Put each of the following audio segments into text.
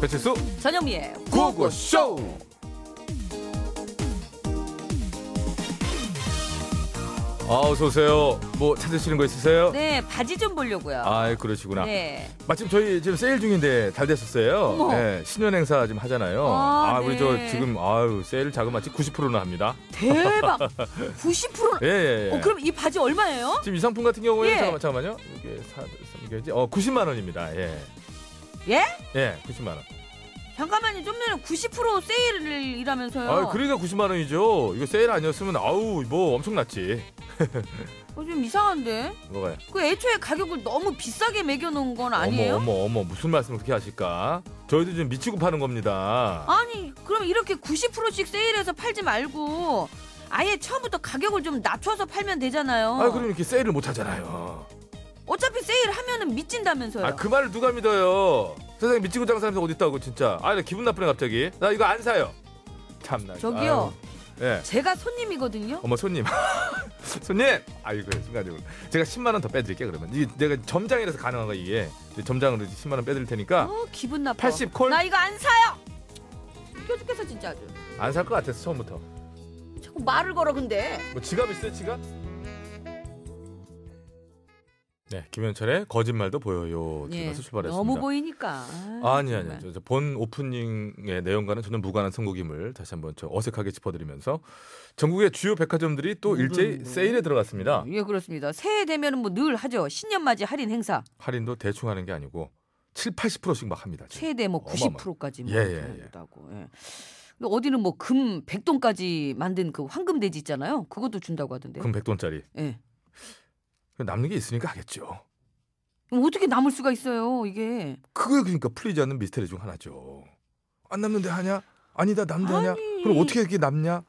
배칠수 전영미의 구호구쇼 아, 어서 오세요. 뭐 찾으시는 거 있으세요? 네 바지 좀 보려고요. 아, 그러시구나. 네. 마침 저희 지금 세일 중인데 잘 됐었어요. 어머. 네, 신년 행사 지금 하잖아요. 아, 우리 네. 저 지금 아유 세일 자그마치 90%나 합니다. 대박 90%. 예, 예, 예. 어, 그럼 이 바지 얼마예요? 지금 이 상품 같은 경우에 예. 잠깐만 잠깐만요. 이게 사 삼겨지 어 90만 원입니다. 예. 예? 예, 90만 원. 잠깐만요 좀 전에 90% 세일을 일하면서요. 아, 그러니까 90만 원이죠. 이거 세일 아니었으면 아우 뭐 엄청났지. 어, 좀 이상한데 뭐가요? 그 애초에 가격을 너무 비싸게 매겨놓은 건 아니에요? 어머 어머 어머 무슨 말씀 을 그렇게 하실까? 저희도 지금 미치고 파는 겁니다. 아니 그럼 이렇게 90%씩 세일해서 팔지 말고 아예 처음부터 가격을 좀 낮춰서 팔면 되잖아요. 아, 그럼 이렇게 세일을 못 하잖아요. 어차피 세일하면은 미친다면서요. 아, 그 말을 누가 믿어요? 세상에 미치고 장사람서 어디 있다고 진짜. 아, 나 기분 나쁘네 갑자기. 나 이거 안 사요. 참나. 저기요. 아유. 예. 제가 손님이거든요. 어머 손님. 손님. 아이고 순간적으로. 제가 10만 원 더 빼드릴게 그러면. 이게 내가 점장이라서 가능한 거 이게. 이제 점장으로 이제 10만 원 빼드릴 테니까 어 기분 나빠. 80 콜? 나 이거 안 사요. 웃겨 죽겠어 진짜 아주. 안 살 것 같았어 처음부터. 자꾸 말을 걸어 근데. 뭐 지갑 있어요 지갑? 네, 김현철의 거짓말도 보여요. 들어서 출발했습니다. 예, 너무 보이니까. 아, 아니 아니 정말. 저, 저본 오프닝의 내용과는 전혀 무관한 선곡임을 다시 한번 저 어색하게 짚어드리면서 전국의 주요 백화점들이 음, 또 일제히 세일에 들어갔습니다. 예 그렇습니다. 새해 되면은 뭐 늘 하죠. 신년맞이 할인 행사 할인도 대충 하는 게 아니고 7, 80%씩 막 합니다. 지금. 최대 뭐 어마어마. 90%까지 예, 예, 예. 다고 예. 근데 어디는 뭐 금 백돈까지 만든 그 황금돼지 있잖아요. 그것도 준다고 하던데. 금 100돈짜리 예. 남는 게 있으니까 하겠죠. 그럼 어떻게 남을 수가 있어요 이게. 그게 그러니까 풀리지 않는 미스터리 중 하나죠. 안 남는데 하냐? 아니다 남는데 하냐? 아니. 그럼 어떻게 이렇게 남냐?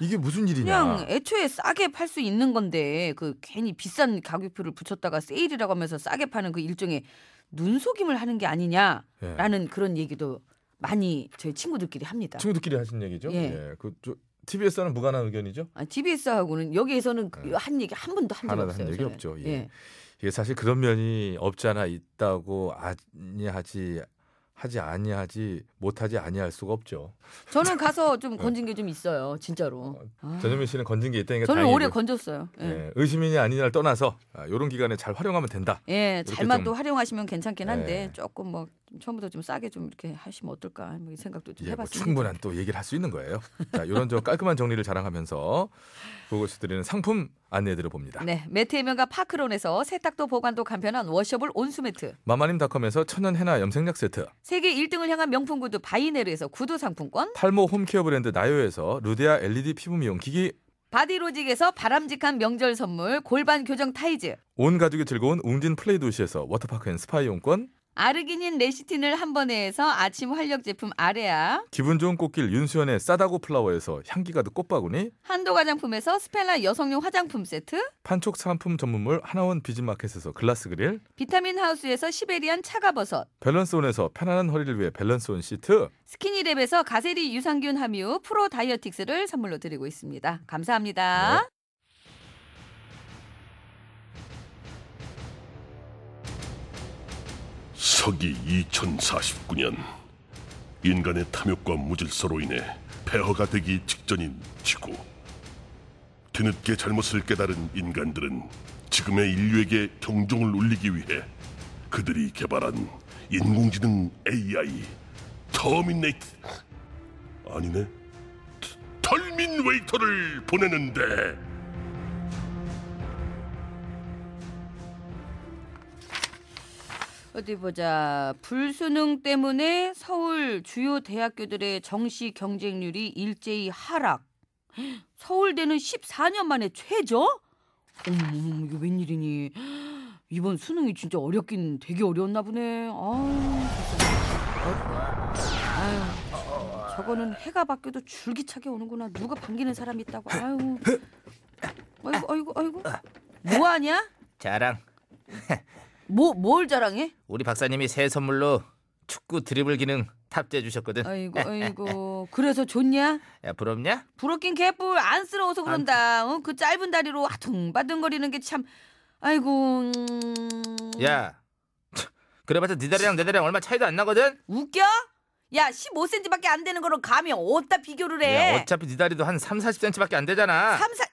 이게 무슨 일이냐? 그냥 애초에 싸게 팔 수 있는 건데 그 괜히 비싼 가격표를 붙였다가 세일이라고 하면서 싸게 파는 그 일종의 눈속임을 하는 게 아니냐라는 예. 그런 얘기도 많이 저희 친구들끼리 합니다. 친구들끼리 하신 얘기죠. 예. 예. 그 저, TBS와는 무관한 의견이죠. 아, TBS하고는 여기에서는 그 예. 한 얘기 한 번도 한 적 하나도 한 없어요. 적이 저는. 없죠. 예. 이게 사실 그런 면이 없지 않아 있다고 아니하지 하지 아니하지 못하지 아니할 수가 없죠. 저는 가서 네. 좀 건진 게 좀 있어요, 진짜로. 아, 전현민 씨는 건진 게 있다니까 저는 다행이고. 오래 건졌어요. 예. 예, 의심이냐 아니냐를 떠나서 이런 기간에 잘 활용하면 된다. 예, 이렇게 잘만 좀- 또 활용하시면 괜찮긴 한데 예. 조금 뭐 처음부터 좀 싸게 좀 이렇게 하시면 어떨까 하는 생각도 좀 예, 뭐 해봤습니다. 충분한 또 얘기를 할 수 있는 거예요. 자, 이런 저 깔끔한 정리를 자랑하면서 그것이 드리는 상품 안내해 드려봅니다. 네, 매트의 명가 파크론에서 세탁도 보관도 간편한 워셔블 온수매트. 마마님닷컴에서 천연 해나 염색약 세트, 세계 1등을 향한 명품 구두 바이네르에서 구두 상품권. 탈모 홈케어 브랜드 나요에서 루데아 LED 피부 미용 기기, 바디로직에서 바람직한 명절 선물 골반 교정 타이즈. 온 가족이 즐거운 웅진 플레이 도시에서 워터파크 앤 스파 이용권, 아르기닌 레시틴을 한 번에서 아침 활력 제품 아레아. 기분 좋은 꽃길 윤수연의 싸다고 플라워에서 향기 가득 꽃바구니, 한도 화장품에서 스펠라 여성용 화장품 세트. 판촉 상품 전문물 하나원 비즈마켓에서 글라스 그릴, 비타민 하우스에서 시베리안 차가버섯. 밸런스온에서 편안한 허리를 위해 밸런스온 시트, 스키니랩에서 가세리 유산균 함유 프로 다이어틱스를 선물로 드리고 있습니다. 네, 감사합니다. 서기 2049년 인간의 탐욕과 무질서로 인해 폐허가 되기 직전인 지구 뒤늦게 잘못을 깨달은 인간들은 지금의 인류에게 경종을 울리기 위해 그들이 개발한 인공지능 AI 터미네이트 아니네 털민웨이터를 보내는데 어디 보자. 불수능 때문에 서울 주요 대학교들의 정시 경쟁률이 일제히 하락. 서울대는 14년 만에 최저? 어머, 이거 웬일이니? 이번 수능이 진짜 어렵긴 되게 어려웠나 보네. 아유, 진짜. 아유, 저거는 해가 바뀌어도 줄기차게 오는구나. 누가 반기는 사람이 있다고. 아유, 아이고, 아이고, 아이고. 뭐 하냐? 자랑. 뭐, 뭘 자랑해? 우리 박사님이 새 선물로 축구 드리블 기능 탑재해 주셨거든. 아이고 아이고 그래서 좋냐? 야, 부럽냐? 부럽긴 개뿔 안쓰러워서 그런다. 어? 그 짧은 다리로 아둥바둥거리는 게 참. 아이고. 음. 야. 참, 그래봤자 네 다리랑 내 다리랑 얼마 차이도 안 나거든. 웃겨? 야 15cm밖에 안 되는 거로 감히 어디다 비교를 야, 해? 어차피 네 다리도 한 3, 40cm밖에 안 되잖아. 3, 4...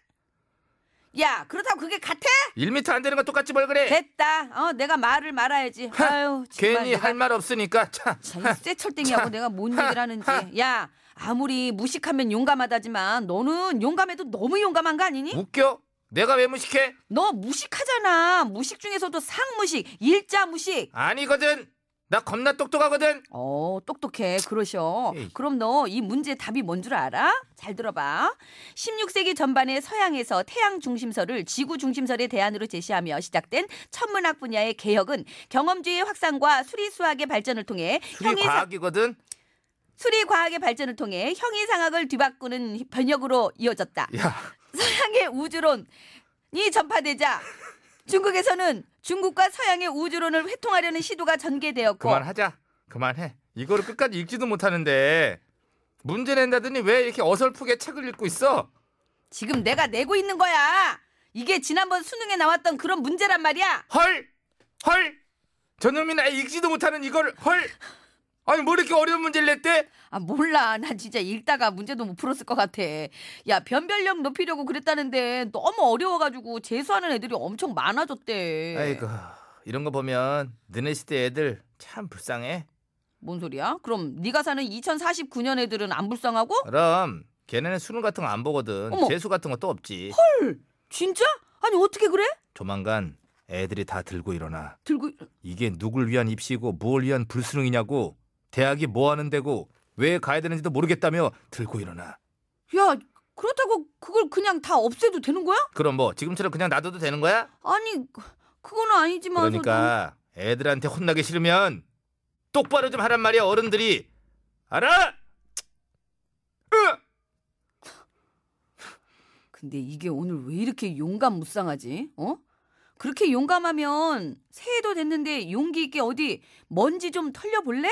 야 그렇다고 그게 같아? 1m 안 되는 건 똑같지 뭘 그래. 됐다. 어 내가 말을 말아야지. 아유 정말 괜히 내가 할 말 없으니까 참. 쇠철땡이하고 내가 뭔 얘기를 하는지. 야 아무리 무식하면 용감하다지만 너는 용감해도 너무 용감한 거 아니니? 웃겨? 내가 왜 무식해? 너 무식하잖아. 무식 중에서도 상무식, 일자 무식. 아니거든. 나 겁나 똑똑하거든. 어, 똑똑해. 그러셔. 에이. 그럼 너 이 문제 답이 뭔 줄 알아? 잘 들어봐. 16세기 전반에 서양에서 태양 중심설을 지구 중심설의 대안으로 제시하며 시작된 천문학 분야의 개혁은 경험주의 확산과 수리 수학의 발전을 통해 수리 형이상- 과학이거든. 수리 과학의 발전을 통해 형이상학을 뒤바꾸는 변혁으로 이어졌다. 야, 서양의 우주론이 전파되자 중국에서는 중국과 서양의 우주론을 회통하려는 시도가 전개되었고 그만하자. 그만해. 이거를 끝까지 읽지도 못하는데 문제 낸다더니 왜 이렇게 어설프게 책을 읽고 있어? 지금 내가 내고 있는 거야. 이게 지난번 수능에 나왔던 그런 문제란 말이야. 헐! 헐! 저놈이 나 읽지도 못하는 이걸 헐! 아니 뭐 이렇게 어려운 문제를 냈대? 아 몰라. 나 진짜 읽다가 문제도 못 풀었을 것 같아. 야 변별력 높이려고 그랬다는데 너무 어려워가지고 재수하는 애들이 엄청 많아졌대. 아이고 그- 이런 거 보면 너네 시대 애들 참 불쌍해. 뭔 소리야? 그럼 네가 사는 2049년 애들은 안 불쌍하고? 그럼 걔네는 수능 같은 거 안 보거든. 어머. 재수 같은 것도 없지. 진짜? 아니 어떻게 그래? 조만간 애들이 다 들고 일어나. 들고 이게 누굴 위한 입시고 무엇을 위한 불수능이냐고 대학이 뭐 하는 데고 왜 가야 되는지도 모르겠다며 들고 일어나. 야 그렇다고 그걸 그냥 다 없애도 되는 거야? 그럼 뭐 지금처럼 그냥 놔둬도 되는 거야? 아니 그거는 아니지만 그러니까 애들한테 혼나기 싫으면 똑바로 좀 하란 말이야 어른들이 알아? 으! 근데 이게 오늘 왜 이렇게 용감 무쌍하지? 어? 그렇게 용감하면 새해도 됐는데 용기 있게 어디 먼지 좀 털려볼래?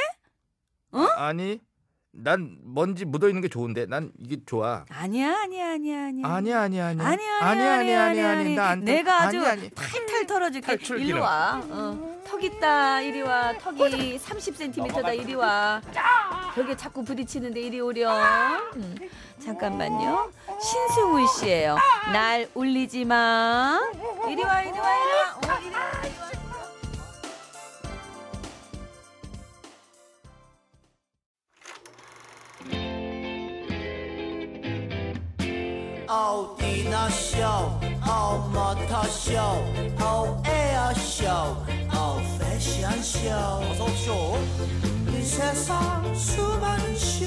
어? 아니 난 먼지 묻어 있는 게 좋은데 난 이게 좋아. 아니야 아니야 아니야 아니야 아니야 아니야 아니야 아니야 아니야 아니야 아니야 아니 나안 돼. 내가 아주 아니, 아니. 탈탈 털어줄게 탈출 일로 기능. 와 어. 턱 있다 이리 와 어, 턱이 30cm다 이리 와 벽에 자꾸 부딪히는데 이리 오렴 음. 잠깐만요 신승훈 씨예요 날 울리지 마 이리 와 이리 와 이리 와 어, 이리 와 이리 와. Oh, Dina Show, Oh, Motor Show, Oh, Air Show, Oh, Fashion Show. 이 세상 수많은 쇼,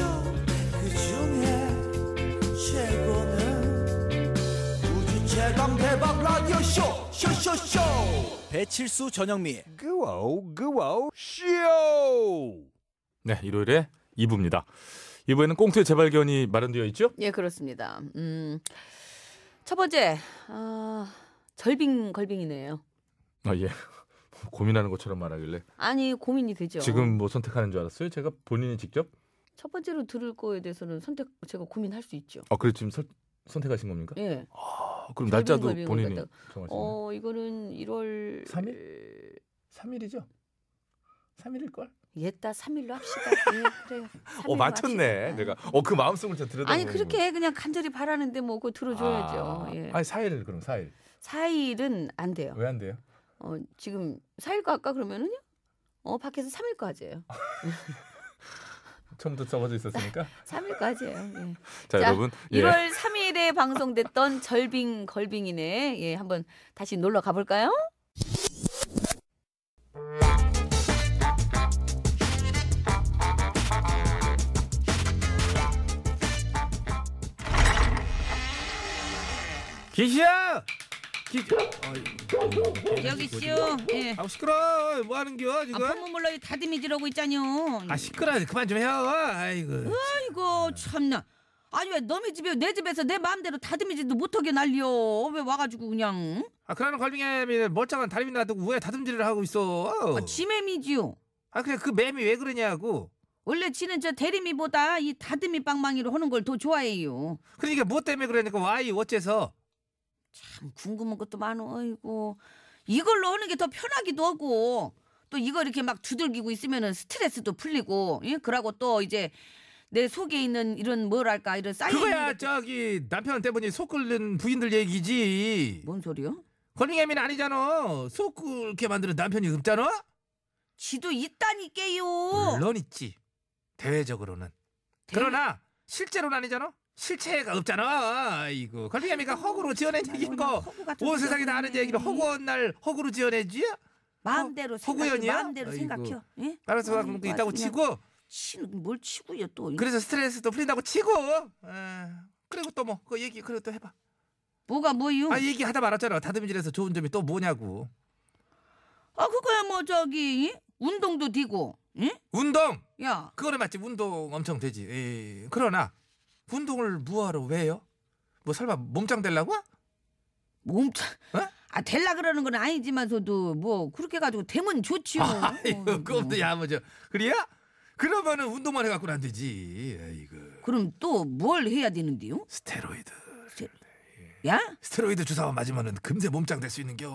그 중에 최고는 우주 최강 대박 라디오 쇼, 쇼쇼쇼! 배칠수 전영미. 네, 일요일에 2부입니다. 2부에는 꽁트의 재발견이 마련되어 있죠? 예, 그렇습니다. 음, 첫 번째, 아, 절빙 걸빙이네요. 아 예. 고민하는 것처럼 말하길래 아니 고민이 되죠. 지금 뭐 선택하는 줄 알았어요? 제가 본인이 직접? 첫 번째로 들을 거에 대해서는 선택 제가 고민할 수 있죠. 아 그래 지금 설- 선택하신 겁니까? 예. 아, 그럼 절빙 날짜도 걸빙을 본인이 갖다가- 정하시네요. 어, 이거는 1월 삼 일? 3일이죠? 3일일 걸? 옛다 3일로 합시다. 예, 그래요. 어 3일로 맞췄네. 합시다. 내가 어 그 마음속을 진짜 들여다 아니 그렇게 그냥 간절히 바라는데 뭐 그거 들어줘야죠. 예. 아니 4일 그럼 4일. 4일은 안 돼요. 왜 안 돼요? 어, 지금 4일과 아까 그러면은요? 어, 밖에서 3일까지예요. 처음부터 적어져 있었으니까. 3일까지예요. 예. 자, 자, 여러분. 예. 1월 3일에 방송됐던 절빙 걸빙이네. 예, 한번 다시 놀러 가볼까요? 기시야. 기. 여기 씨요. 예. 아 시끄러. 뭐 하는겨 아, 지금? 펌물러이 다듬이질하고 있잖요. 아 시끄러. 그만 좀 해요. 아이고. 아이고 참나. 아니 왜 너네 집에 내 집에서 내 마음대로 다듬이질도 못하게 날려. 왜 와가지고 그냥 아 그러는 걸빙애미는 멀쩡한 다리미 놔두고 왜 다듬질을 하고 있어? 아, 지매미지요. 아 그냥 그 매미 왜 그러냐고. 원래 지는 저 대리미보다 이 다듬이 빵망이로 하는 걸 더 좋아해요. 그러니까 뭐 때문에 그러니까 와이 어째서? 참 궁금한 것도 많어. 아이고 이걸로 하는 게 더 편하기도 하고 또 이거 이렇게 막 두들기고 있으면은 스트레스도 풀리고 예? 그러고 또 이제 내 속에 있는 이런 뭐랄까 이런 쌓여 그거야 저기 남편 때문에 속 끓는 부인들 얘기지. 뭔 소리요? 권링햄이 아니잖아. 속 끓게 만드는 남편이 없잖아. 지도 있다니까요. 물론 있지. 대외적으로는. 그러나 실제로는 아니잖아. 실체가 없잖아. 이거 권링햄이가 허구로 지어낸 얘기인 거. 허구 같은 온 소리 세상이 다 아는 하네. 얘기를 허구한 날 허구로 지어내지? 마음대로 생각해. 허구연이야? 마음대로 아이고. 생각해. 예? 알아서 아이고, 그런 것도 있다고 아주 그냥 치고 치, 뭘 치고요 또. 그래서 스트레스도 풀린다고 치고 아, 그리고 또 뭐 그 얘기 그리고 또 해봐 뭐가 뭐요? 아 얘기하다 말았잖아 다듬질에서 좋은 점이 또 뭐냐고 아 그거야 뭐 저기 예? 운동도 되고. 예? 운동 야 그거는 맞지 운동 엄청 되지 에이, 그러나 운동을 뭐하러 왜요? 뭐 설마 몸짱 되려고? 몸짱. 어? 아 될라 그러는 건 아니지만서도 뭐 그렇게 가지고 되면 좋지요. 아이고 어, 그것도 야무져 뭐 그래야? 그러면은 운동만 해갖고는 안 되지 아이고 그럼 또 뭘 해야 되는데요? 스테로이드 야? 스테로이드 주사만 맞으면은 금세 몸짱 될 수 있는겨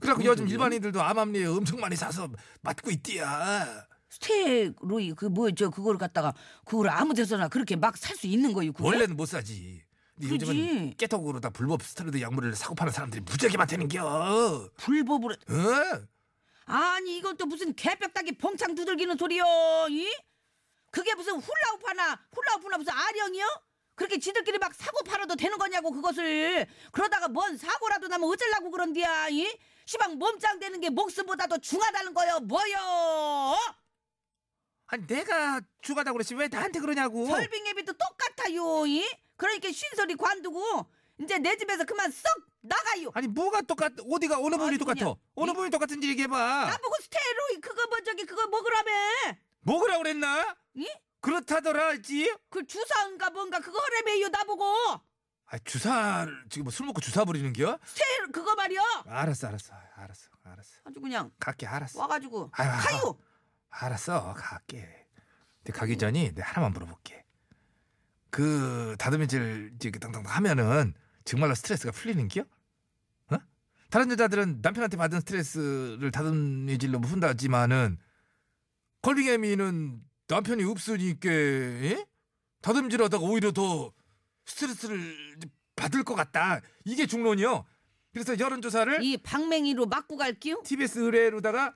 그래갖고 요즘 일반인들도 암암리에 엄청 많이 사서 맞고 있디야 스테로이 그 뭐 저 그걸 갖다가 그걸 아무 데서나 그렇게 막 살 수 있는 거예요. 그거? 원래는 못 사지. 근데 요즘은 그지. 깨톡으로 다 불법 스테로이드 약물을 사고 파는 사람들이 무지하게 많다는겨. 불법으로 어? 아니 이건 또 무슨 개벽다기 봉창 두들기는 소리요? 이? 그게 무슨 훌라후파나 훌라후프나 무슨 아령이요? 그렇게 지들끼리 막 사고 팔아도 되는 거냐고 그것을 그러다가 뭔 사고라도 나면 어쩌려고 그런디야? 이? 시방 몸짱 되는 게 목숨보다도 중하다는 거요 어? 뭐요? 아니 내가 죽하다고 그랬지 왜 나한테 그러냐고. 설빙 예비도 똑같아요. 이? 그러니까 쉰소리 관두고 이제 내 집에서 그만 썩 나가요. 아니 뭐가 똑같? 어디가 어느 부분이 아니, 똑같아? 그냥 어느 이- 아, 부분이 똑같은지 얘기해봐. 나보고 스테로이 그거 뭐 저기 그거 먹으라며? 먹으라 고뭐 그랬나? 뭐- 이? 그렇다더라 했지. 그 주사인가 뭔가 그거 하래매요 나보고 아 주사를 지금 뭐 술 먹고 주사 부리는 겨? 새 네, 그거 말이야 알았어 알았어 알았어 알았어. 아주 그냥 갈게 알았어. 와가지고 아유, 아유. 가요 알았어 갈게 근데 가기 전이 내가 하나만 물어볼게 그 다듬이질 이렇게 당당 하면은 정말로 스트레스가 풀리는 기요? 어? 다른 여자들은 남편한테 받은 스트레스를 다듬이질로 푼다지만은 걸빙애미는 남편이 없으니까 예? 다듬질하다가 오히려 더 스트레스를 받을 것 같다 이게 중론이요 그래서 여론조사를 이 방맹이로 맞고 갈게요 TBS 의뢰로다가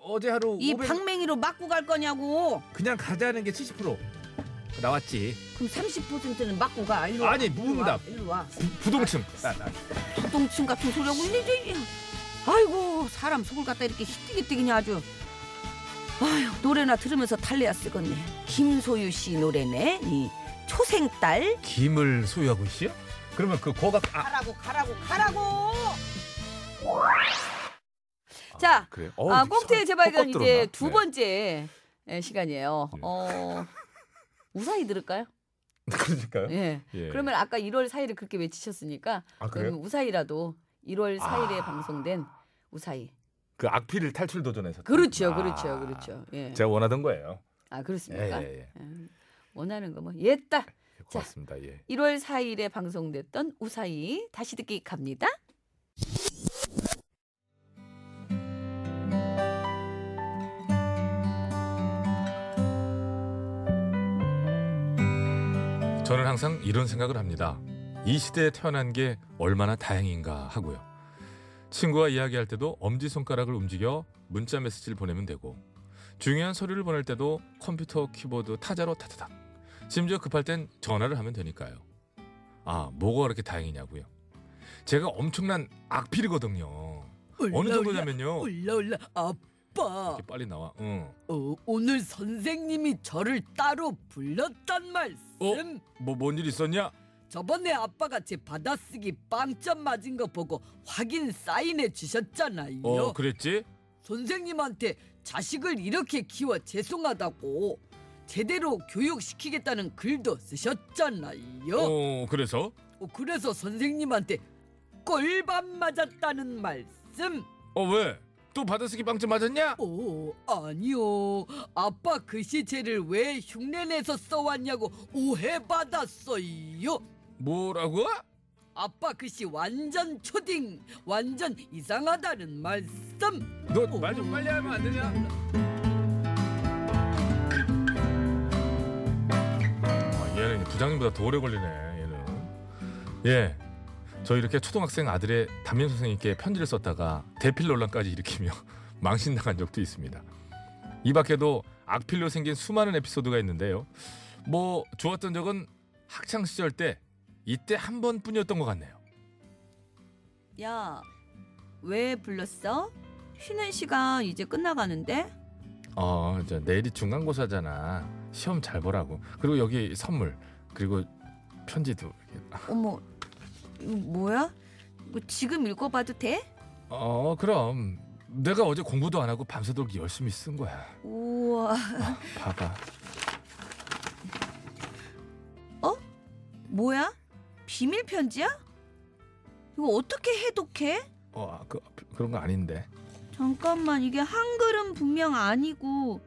어제 하루 이 500 방맹이로 맞고 갈 거냐고 그냥 가자는 게 70% 나왔지. 그럼 30%는 맞고 가 일로 아니, 와, 무응답. 일로 와 부, 부동층. 부동층 같은 소리하고 있네 이제. 아이고 사람 속을 갖다 이렇게 히뜩히뜩이냐 아주 아휴 노래나 들으면서 달래야 쓰겠네 김소유 씨 노래네 이 초생딸 김을 소유하고 있어요? 그러면 그 고가 아, 가라고 가라고 가라고 자 그래요? 어, 아, 꽁트의 재발견 이제 두 번 번째 예, 시간이에요. 네. 예. 어, 우사히 들을까요? 그러니까요. 예. 예. 그러면 음. 아까 1월 4일을 그렇게 외치셨으니까 아, 그러면 그래요? 우사히라도 1월 4일에 아. 방송된 우사히. 그 악필을 탈출 도전해서. 그렇죠, 아, 그렇죠, 그렇죠. 예. 제가 원하던 거예요. 아 예, 그렇습니까? 예, 예. 원하는 거 뭐 옛다. 고맙습니다. 예. 1월 4일에 방송됐던 우사히 다시 듣기 갑니다. 저는 항상 이런 생각을 합니다. 이 시대에 태어난 게 얼마나 다행인가 하고요. 친구와 이야기할 때도 엄지손가락을 움직여 문자 메시지를 보내면 되고 중요한 서류를 보낼 때도 컴퓨터 키보드 타자로 타타닥 심지어 급할 땐 전화를 하면 되니까요. 아, 뭐가 그렇게 다행이냐고요. 제가 엄청난 악필이거든요. 어느 정도냐면요. 올라 올라 아빠 이렇게 빨리 나와. 응. 어, 오늘 선생님이 저를 따로 불렀단 말씀 어? 뭐 뭔 일 있었냐? 저번에 아빠가 제 받아쓰기 빵점 맞은 거 보고 확인 사인해 주셨잖아요 뭐? 어, 그랬지? 선생님한테 자식을 이렇게 키워 죄송하다고 제대로 교육시키겠다는 글도 쓰셨잖아요 어, 그래서 어, 그래서 선생님한테 꼴밤 맞았다는 말씀 어, 왜? 또 받아쓰기 빵점 맞았냐? 오, 아니요. 아빠 글씨체를 왜 흉내내서 써왔냐고 오해받았어요. 뭐라고? 아빠 그씨 완전 초딩 완전 이상하다는 말씀 너 말 좀 빨리 하면 안 되냐? 아, 얘는 부장님보다 더 오래 걸리네. 얘는. 예. 저 이렇게 초등학생 아들의 담임 선생님께 편지를 썼다가 대필 논란까지 일으키며 망신당한 적도 있습니다. 이 밖에도 악필로 생긴 수많은 에피소드가 있는데요. 뭐 좋았던 적은 학창 시절 때 이때 한 번뿐이었던 것 같네요. 야, 왜 불렀어? 쉬는 시간 이제 끝나가는데? 어, 저 내일이 중간고사잖아. 시험 잘 보라고. 그리고 여기 선물. 그리고 편지도. 이렇게. 어머, 이거 뭐야? 이거 지금 읽어봐도 돼? 어, 그럼 내가 어제 공부도 안 하고 밤새도록 열심히 쓴 거야. 우와, 봐봐. 뭐야? 비밀 편지야? 이거 어떻게 해독해? 어, 그 그런 거 아닌데. 잠깐만, 이게 한글은 분명 아니고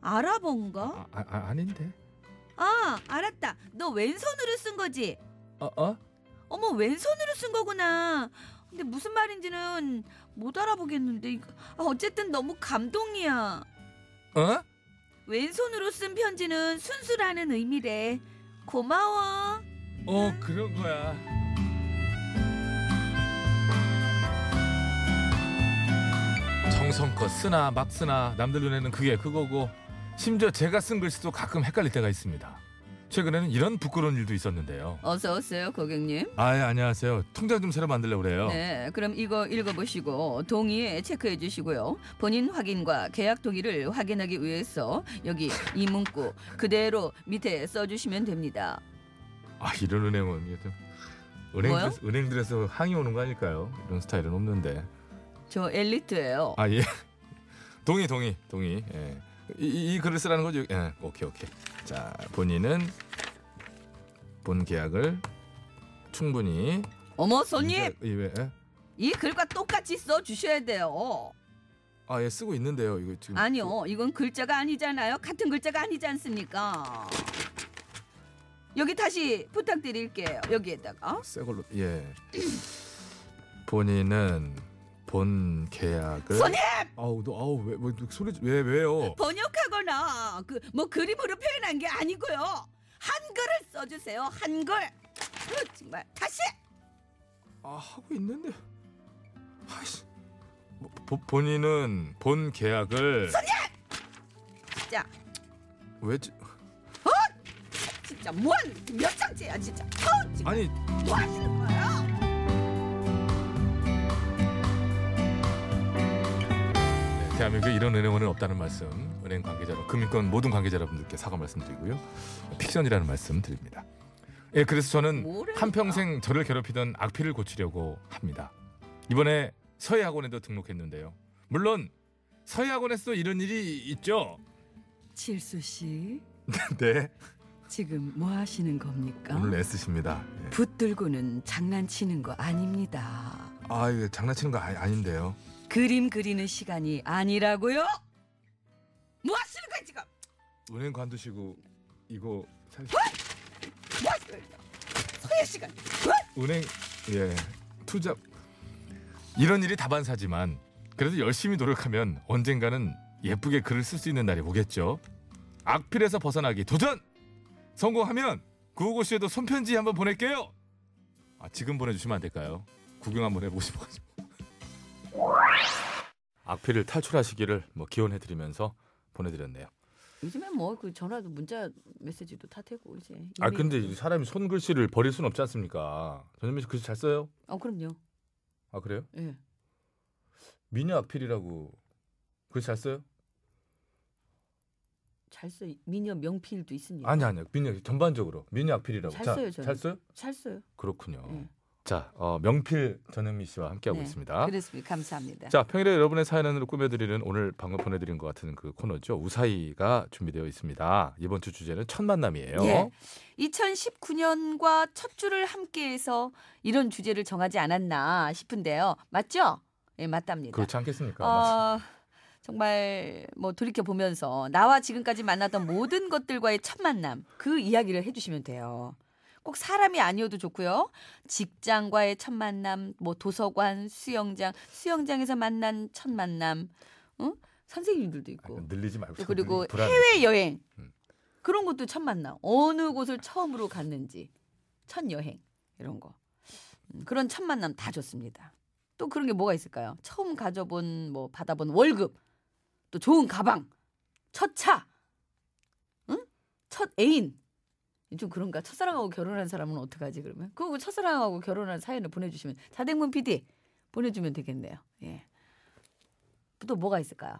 아랍어인가? 아, 아 아, 아닌데. 아, 알았다. 너 왼손으로 쓴 거지? 어, 어? 어머, 왼손으로 쓴 거구나. 근데 무슨 말인지는 못 알아보겠는데. 이거- 아, 어쨌든 너무 감동이야. 어? 왼손으로 쓴 편지는 순수라는 의미래. 고마워. 어, 그런 거야. 정성껏 쓰나 막 쓰나 남들 눈에는 그게 그거고 심지어 제가 쓴 글씨도 가끔 헷갈릴 때가 있습니다. 최근에는 이런 부끄러운 일도 있었는데요. 어서 오세요 고객님 아, 예, 안녕하세요. 통장 좀 새로 만들려고 그래요. 네 그럼 이거 읽어보시고 동의에 체크해 주시고요 본인 확인과 계약 동의를 확인하기 위해서 여기 이 문구 그대로 밑에 써주시면 됩니다 아, 이런 은행은 이게 좀 은행 뭐요? 들에서- 은행들에서 항의 오는 거 아닐까요? 이런 스타일은 없는데. 저 엘리트예요 아, 예. 동의, 동의, 동의. 예. 이, 이- 이 글을 쓰라는 거죠. 예. 오케이, 오케이. 자, 본인은 본 계약을 충분히 어머 손님 네. 이자- 이 왜? 예? 이 글과 똑같이 써주셔야 돼요 아, 예, 쓰고 있는데요. 이거 지금 아니요, 이건 글자가 아니잖아요. 같은 글자가 아니지 않습니까? 여기 다시 부탁드릴게요. 여기에다가 어? 새 걸로. 예. 본인은 본 계약을 손님! 아우, 너 아우 왜, 왜 소리 왜 왜요? 번역하거나 그 뭐 그림으로 표현한 게 아니고요. 한글을 써주세요. 한글. 아유, 정말 다시. 아, 하고 있는데. 아이씨. 뭐, 보- 본인은 본 계약을 진짜, 어? 왜 지- 진짜 뭐몇 장째야 진짜. 아우, 지금 아니 뭐 하시는 거예요? 대한민국에 이런 은행원은 없다는 말씀 은행 관계자로 금융권 모든 관계자 여러분들께 사과 말씀드리고요 픽션이라는 말씀 드립니다 예 그래서 저는 뭐래요? 한평생 저를 괴롭히던 악필을 고치려고 합니다 이번에 서예학원에도 등록했는데요 물론 서예학원에서도 이런 일이 있죠 칠수 씨, 네 지금 뭐 하시는 겁니까? 오늘 애쓰십니다 예. 붙들고는 장난치는 거 아닙니다. 아 이거 장난치는 거 아, 닌데요 그림 그리는 시간이 아니라고요? 뭐 하시는 거야 지금? 은행 관두시고 이거 살... 뭐 하시는 거야? 소요 시간. 은행 예 투자 이런 일이 다반사지만 그래도 열심히 노력하면 언젠가는 예쁘게 글을 쓸 수 있는 날이 오겠죠. 악필에서 벗어나기 도전! 성공하면 구호고쇼에도 손편지 한번 보낼게요. 아 지금 보내주시면 안 될까요? 구경 한번 해보고 싶어가지고. 악필을 탈출하시기를 뭐 기원해드리면서 보내드렸네요. 요즘에 뭐 그 전화도 문자 메시지도 다 되고 이제. 아 근데 이 사람이 손글씨를 버릴 순 없지 않습니까? 전현민 씨 글씨 잘 써요? 어 그럼요. 아 그래요? 예. 미녀 악필이라고 글씨 잘 써요? 잘 써. 미녀 명필도 있습니다. 아니 아니요 미녀 전반적으로 미녀 악필이라고 잘 써요, 저는. 잘 써요? 잘 써요. 그렇군요. 네. 자 어, 명필 전현미 씨와 함께하고 네, 있습니다. 그렇습니다. 감사합니다. 자 평일에 여러분의 사연으로 꾸며드리는 오늘 방금 보내드린 것 같은 그 코너죠 우사이가 준비되어 있습니다. 이번 주 주제는 첫 만남이에요. 예. 2019년과 첫 주를 함께해서 이런 주제를 정하지 않았나 싶은데요. 맞죠? 예, 맞답니다. 그렇지 않겠습니까? 아, 어, 정말 뭐 돌이켜 보면서 나와 지금까지 만났던 모든 것들과의 첫 만남 그 이야기를 해주시면 돼요. 꼭 사람이 아니어도 좋고요. 직장과의 첫 만남, 뭐 도서관, 수영장, 수영장에서 만난 첫 만남, 응? 선생님들도 있고 늘리지 말고. 그리고 불안. 해외 여행 음. 그런 것도 첫 만남. 어느 곳을 처음으로 갔는지 첫 여행 이런 거 음, 그런 첫 만남 다 좋습니다. 또 그런 게 뭐가 있을까요? 처음 가져본 뭐 받아본 월급 또 좋은 가방 첫 차, 응? 첫 애인 좀 그런가? 첫사랑하고 결혼한 사람은 어떡하지 그러면? 그거 첫사랑하고 결혼한 사연을 보내주시면 자댕문 PD 보내주면 되겠네요. 예. 또 뭐가 있을까요?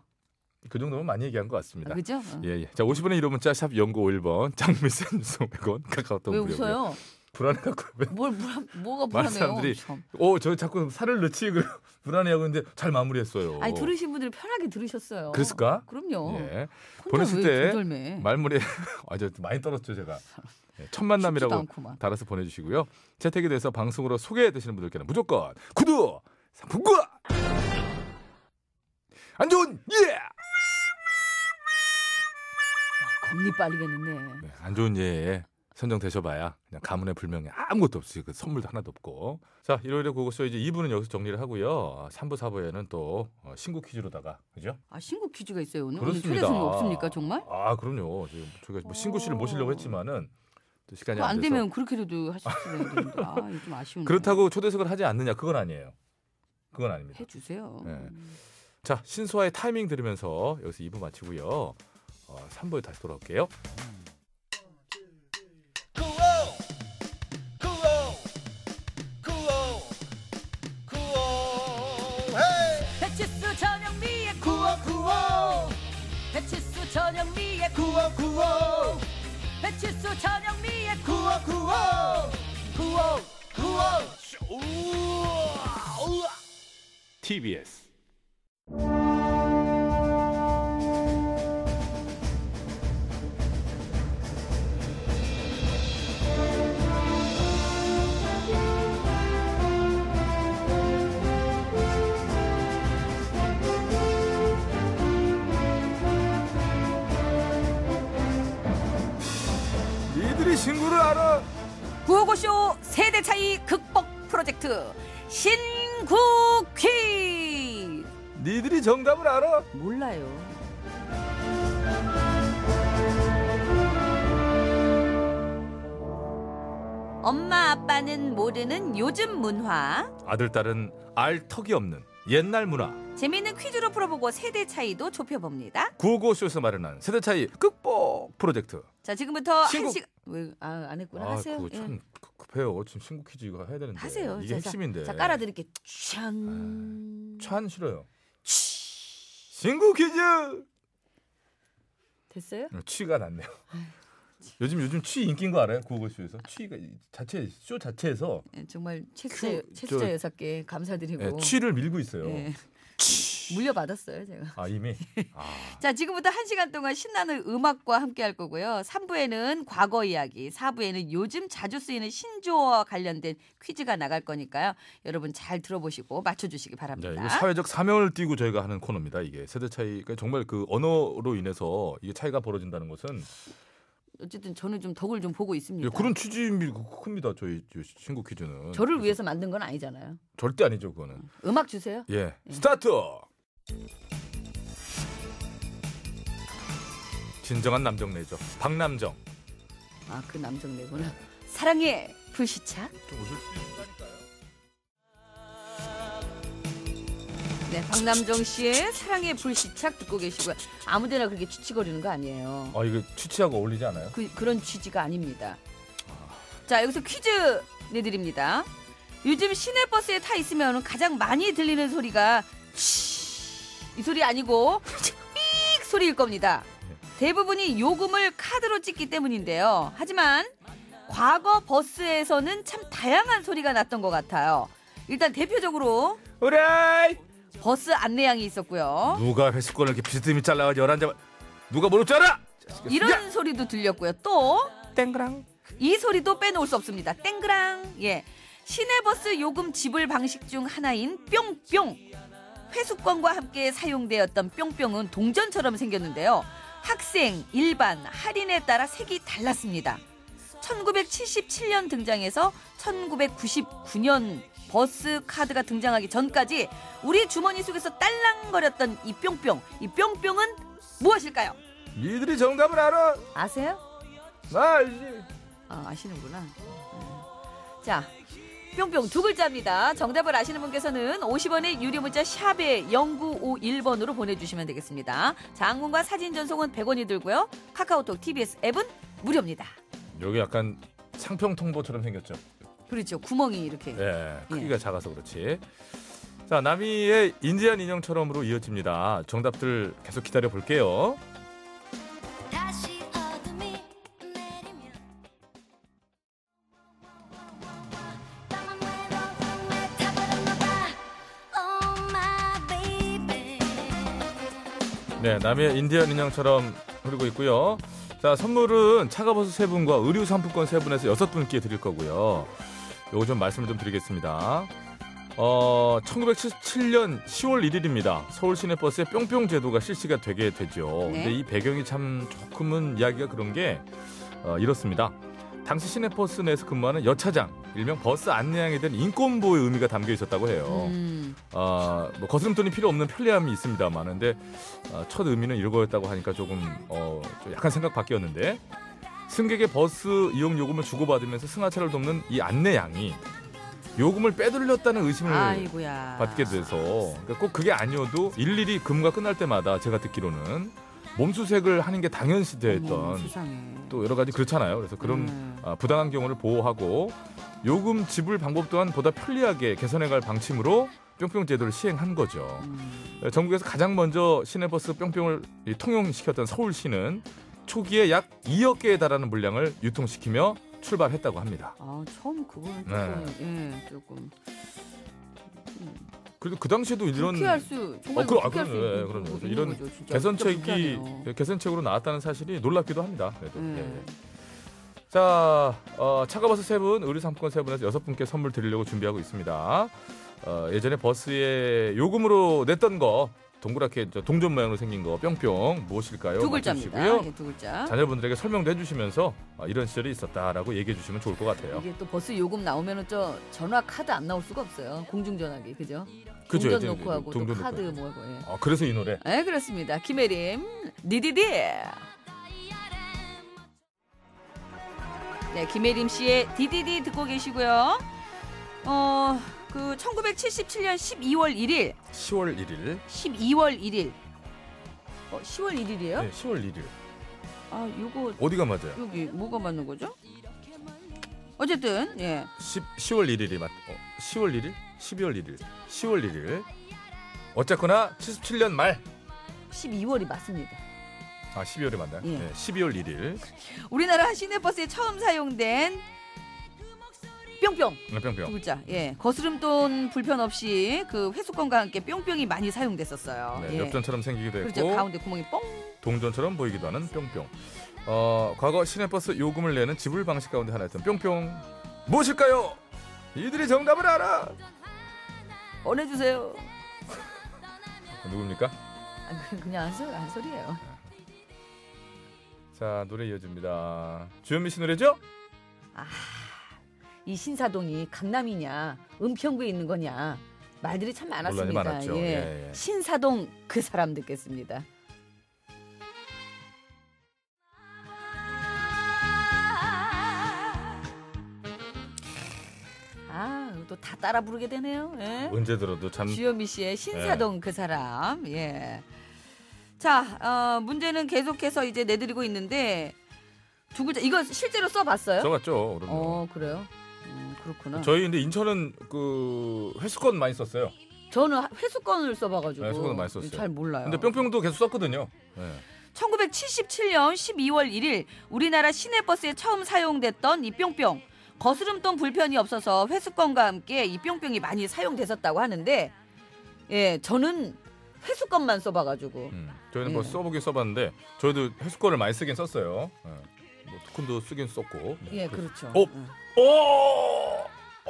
그 정도면 많이 얘기한 것 같습니다. 아, 그죠? 응. 예, 예. 자, 50원의 1호 문자 샵 연구 51번 장미 쌤송 100원 카카오톡 왜 무료고요. 웃어요? 불안해 갖고 왜? 뭘 불안, 뭐가 많은 불안해요? 사람들이- 참. 어, 저 자꾸 살을 넣지 그 불안해하고 있는데 잘 마무리했어요. 아니 들으신 분들이 편하게 들으셨어요. 그랬을까? 그럼요. 예. 혼자 보냈을 왜 때 조절매? 말머리에 아저 많이 떨었죠, 제가. 예, 첫 쉽지도 만남이라고 않구만. 달아서 보내 주시고요. 채택이 돼서 방송으로 소개해 되시는 분들께는 무조건 구독 상품권 안 좋은 예! 겁니 빨리겠는데. 네, 안 좋은 예에 선정되셔봐야 그냥 가문의 불명예 아무것도 없이 그 선물도 하나도 없고 자 일요일에 그것쇼 이제 2부는 여기서 정리를 하고요 3부 4부에는 또 어, 신구 퀴즈로다가 그죠? 아 신곡 퀴즈가 있어요 오늘. 오늘 그렇습니다. 초대손님 없습니까 정말? 아 그럼요 지금 저희가 뭐 신구 씨를 모시려고 했지만은 또 시간이 그거 안, 안 돼서 되면 그렇게라도 하셨어야 되는데 아, 이거 좀 아쉬운데. 그렇다고 초대석을 하지 않느냐 그건 아니에요 그건 아닙니다 해주세요. 예. 자 신수와의 타이밍 들으면서 여기서 2부 마치고요 어, 3부에 다시 돌아올게요 배치수 전영미의 구호 구호. 배치수 전영미의 구호 구호. 배치수 전영미의 구호 구호. 구호 구호. TBS 니들이 신구를 알아 구호고쇼 세대 차이 극복 프로젝트 신구 퀴즈. 니들이 정답을 알아 몰라요. 엄마 아빠는 모르는 요즘 문화 아들 딸은 알 턱이 없는 옛날 문화 재미있는 퀴즈로 풀어보고 세대 차이도 좁혀봅니다. 구호고쇼에서 마련한 세대 차이 극복 프로젝트. 자 지금부터 신곡. 한 시간 왜아안 했구나 아, 하세요. 그거 예. 참 급- 급해요. 지금 신곡 퀴즈 이거 해야 되는데. 하세요. 네, 이게 자, 자, 핵심인데. 아. 자 깔아드릴게. 짠. 찬 싫어요. 신곡 퀴즈. 됐어요? 어, 취가 났네요. 요즘 요즘 취 인기인 거 알아요? 구호고쇼에서 취가 이 자체 쇼 자체에서 예, 정말 채스자 저- 채스자 여사께 감사드리고 예, 취를 네. 밀고 있어요. 예. 물려받았어요 제가. 아 이미. 아, 자, 지금부터 한시간 동안 신나는 음악과 함께 할 거고요. 3부에는 과거 이야기, 4부에는 요즘 자주 쓰이는 신조어와 관련된 퀴즈가 나갈 거니까요. 여러분 잘 들어보시고 맞춰주시기 바랍니다. 네, 이거 사회적 사명을 띠고 저희가 하는 코너입니다. 이게 세대 차이, 그 정말 그 언어로 인해서 이게 차이가 벌어진다는 것은 어쨌든 저는 좀 덕을 좀 보고 있습니다. 예, 그런 취지입니다. 큽니다. 저희 저 신곡 퀴즈는 저를 위해서 만든 건 아니잖아요. 절대 아니죠 그거는. 음악 주세요. 예, 스타트. 진정한 남정네죠. 박남정. 아, 그 남성 내구나. 사랑해, 불시착. 네, 박남정 씨의 사랑의 불시착 듣고 계시고요. 아무데나 그렇게 추치거리는 거 아니에요. 아 이거 취치하고 어울리지 않아요? 그, 그런 취지가 아닙니다. 자, 여기서 퀴즈 내드립니다. 요즘 시내버스에 타 있으면 가장 많이 들리는 소리가 치- 이 소리 아니고 삑 소리일 겁니다. 네. 대부분이 요금을 카드로 찍기 때문인데요. 하지만 과거 버스에서는 참 다양한 소리가 났던 것 같아요. 일단 대표적으로 오라이. 버스 안내양이 있었고요. 누가 회수권을 이렇게 비스듬히 잘라가지고 열한 장 누가 모를 줄 알아? 이런 소리도 들렸고요. 또 땡그랑 이 소리도 빼놓을 수 없습니다. 땡그랑 예 시내버스 요금 지불 방식 중 하나인 뿅뿅 회수권과 함께 사용되었던 뿅뿅은 동전처럼 생겼는데요. 학생, 일반, 할인에 따라 색이 달랐습니다. 1977년 등장해서 1999년 버스 카드가 등장하기 전까지 우리 주머니 속에서 딸랑거렸던 이 뿅뿅. 이 뿅뿅은 무엇일까요? 니들이 정답을 알아? 아세요? 나 알지. 아, 아시는구나. 네. 자, 뿅뿅 두 글자입니다. 정답을 아시는 분께서는 50원의 유료 문자 샵에 0951번으로 보내주시면 되겠습니다. 장문과 사진 전송은 100원이 들고요. 카카오톡, TBS 앱은 무료입니다. 여기 약간 상평 통보처럼 생겼죠. 그렇죠. 구멍이 이렇게. 예, 크기가 작아서 그렇지. 자, 나미의 인디안 인형처럼으로 이어집니다. 정답들 계속 기다려 볼게요. 다시 어둠이 내리면 나만 외로움에 타버렸나 봐 Oh my baby 네, 남의 인디언 인형처럼 흐르고 있고요. 자, 선물은 차가버섯 세 분과 의류 상품권 세 분에서 여섯 분께 드릴 거고요. 요거 좀 말씀을 좀 드리겠습니다. 어, 1977년 10월 1일입니다. 서울 시내버스의 뿅뿅 제도가 실시가 되게 되죠. 네. 근데 이 배경이 참 조금은 이야기가 그런 게 어, 이렇습니다. 당시 시내버스 내에서 근무하는 여차장, 일명 버스 안내양에 대한 인권보호의 의미가 담겨 있었다고 해요. 음, 아, 뭐 거스름돈이 필요 없는 편리함이 있습니다만 근데 아, 첫 의미는 이거였다고 하니까 조금 어, 좀 약간 생각 바뀌었는데 승객의 버스 이용 요금을 주고받으면서 승하차를 돕는 이 안내양이 요금을 빼돌렸다는 의심을 아이고야. 네. 받게 돼서 그러니까 꼭 그게 아니어도 일일이 근무가 끝날 때마다 제가 듣기로는 몸수색을 하는 게 당연시 어머, 되었던 세상에. 네, 또 여러 가지 그렇잖아요. 그래서 그런 네. 음. 아, 부당한 경우를 보호하고 요금 지불 방법 또한 보다 편리하게 개선해갈 방침으로 뿅뿅 제도를 시행한 거죠. 음. 에, 전국에서 가장 먼저 시내버스 뿅뿅을 이 통용시켰던 서울시는 초기에 약 2억 개에 달하는 물량을 유통시키며 출발했다고 합니다. 아 처음 그거는 네. 조금 예 조금 그래도 그 당시에도 이런 불쾌할 수 정말 어, 그럼, 아, 불쾌할 수 그럼요. 예, 있는 그럼요. 부분이 이런 있는 거죠, 진짜. 진짜 개선책이 불쾌하네요. 예, 개선책으로 나왔다는 사실이 놀랍기도 합니다. 그래도. 네. 음. 예, 예. 자, 어, 차가버스 세 분, 의류 상품권 세 분에서 여섯 분께 선물 드리려고 준비하고 있습니다. 어, 예전에 버스에 요금으로 냈던 거 동그랗게 저 동전 모양으로 생긴 거 뿅뿅 무엇일까요? 두 글자입니다. 맞춰주시고요. 네, 예, 두 글자. 자녀분들에게 설명도 해주시면서 아, 이런 시절이 있었다라고 얘기해 주시면 좋을 것 예. 같아요. 이게 또 버스 요금 나오면은 저 전화 카드 안 나올 수가 없어요. 공중전화기 그죠? 그죠, 동전 예, 놓고 예, 하고 또 동전 놓고 카드 하고. 뭐 하고. 예. 아, 그래서 이 노래. 예, 그렇습니다. 김혜림 니디디. 네, 김혜림 씨의 디디디 듣고 계시고요. 어, 그 1977년 12월 1일, 아. 10월 1일. 12월 1일. 어, 10월 1일이에요? 네, 10월 1일. 아 요거 어디가 맞아요? 여기 뭐가 맞는 거죠? 어쨌든 예 10, 10월 1일이 맞. 어, 10월 1일? 12월 1일. 10월 1일. 어쨌거나 77년 말. 12월이 맞습니다. 아, 12월에 만나요. 예. 네, 12월 1일. 우리나라 시내버스에 처음 사용된 뿅뿅 네, 뿅뿅. 두 글자. 예. 거스름돈 불편 없이 그 회수권과 함께 뿅뿅이 많이 사용됐었어요. 네, 예. 엽전처럼 생기기도 했고 그렇죠. 가운데 구멍이 뻥 동전처럼 보이기도 하는 뿅뿅. 어, 과거 시내버스 요금을 내는 지불 방식 가운데 하나였던 뿅뿅. 무엇일까요? 이들이 정답을 알아. 보내주세요. 누굽니까? 아, 그- 그냥 안, 소, 안 소리예요. 자, 노래 이어집니다. 주현미 씨 노래죠? 이 신사동이 강남이냐, 은평구에 있는 거냐 말들이 참 많았습니다. 논란이 많았죠. 예. 예, 예. 신사동 그 사람 듣겠습니다. 아, 또 다 따라 부르게 되네요. 예. 언제 들어도 참 주현미 씨의 네. 신사동 그 사람. 예. 자, 어, 문제는 계속해서 이제 내드리고 있는데 두 글자 이거 실제로 써봤어요? 써봤죠. 그럼요. 어, 그래요? 음, 그렇구나. 저희 근데 인천은 그 회수권 많이 썼어요. 저는 회수권을 써봐가지고 네, 회수권을 많이 썼어요. 잘 몰라요. 근데 뿅뿅도 계속 썼거든요. 네. 1977년 12월 1일 우리나라 시내버스에 처음 사용됐던 이 뿅뿅 거스름돈 불편이 없어서 회수권과 함께 이 뿅뿅이 많이 사용됐었다고 하는데 예 저는 회수권만 써봐가지고 음. 저희는 뭐 네. 써보긴 써봤는데 저희도 회수권을 많이 쓰긴 썼어요. 네. 뭐 투콘도 쓰긴 썼고. 네. 예 그렇죠 어? 응. 오,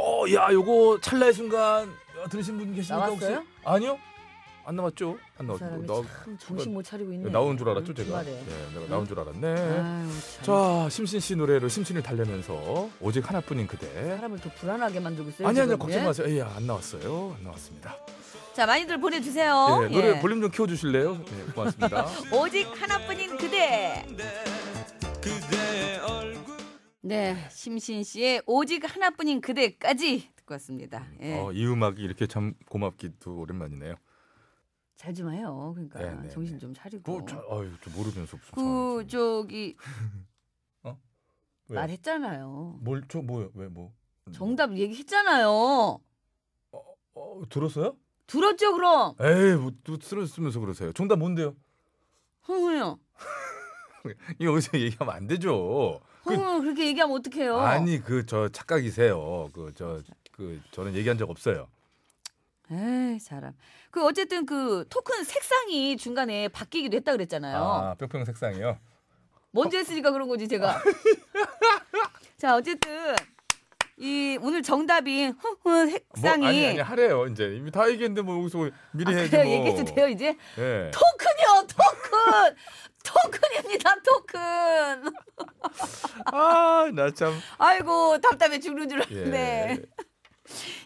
어, 야, 요거 찰나의 순간 어, 들으신 분 계십니까 혹시? 나왔어요? 아니요. 안 나왔죠? 안 그 나왔죠. 사람이 어, 나, 참 정신 못 차리고 있네. 나온 줄 알았죠, 제가. 주말에. 네, 내가 나온 줄 알았네. 아유, 참. 자, 심신 씨 노래로 심신을 달래면서 오직 하나뿐인 그대. 사람을 더 불안하게 만들고 있어요. 아니 아니 지금, 걱정 예? 마세요. 에이, 안 나왔어요. 안 나왔습니다. 자 많이들 보내주세요. 예, 노래 예. 볼륨 좀 키워 주실래요? 네, 고맙습니다. 오직 하나뿐인 그대. 네, 심신 씨의 오직 하나뿐인 그대까지 듣고 왔습니다. 예. 어, 이 음악이 이렇게 참 고맙기도 오랜만이네요. 잘 좀 해요. 그러니까 네, 네, 정신 네. 좀 차리고. 그, 저, 아유, 저 모르면서 무슨 그 상황인지. 저기 왜? 말했잖아요. 뭘, 저 뭐요? 왜 뭐? 정답 얘기했잖아요. 어, 들었어요? 들었죠 그럼? 에이, 뭐또 들었으면서 그러세요. 정답 뭔데요? 흥요. 이거 어디서 얘기하면 안 되죠. 그- 흥요 그렇게 얘기하면 어떡해요? 아니 그 저 착각이세요. 그 저 그 저는 얘기한 적 없어요. 에이 사람. 그 어쨌든 그 토큰 색상이 중간에 바뀌기도 했다 그랬잖아요. 아 뿅뿅 색상이요. 먼저 했으니까 그런 거지 제가. 자 어쨌든 이 오늘 정답인 흥흥 색상이 아, 뭐, 아니 아니 하래요. 이제 이미 다 얘기했는데 뭐 여기서 미리 해야지 그래요 뭐. 얘기해도 돼요 이제 예. 토큰이요 토큰 토큰입니다 토큰. 아나 참. 아이고 답답해 죽는 줄 예. 알았네.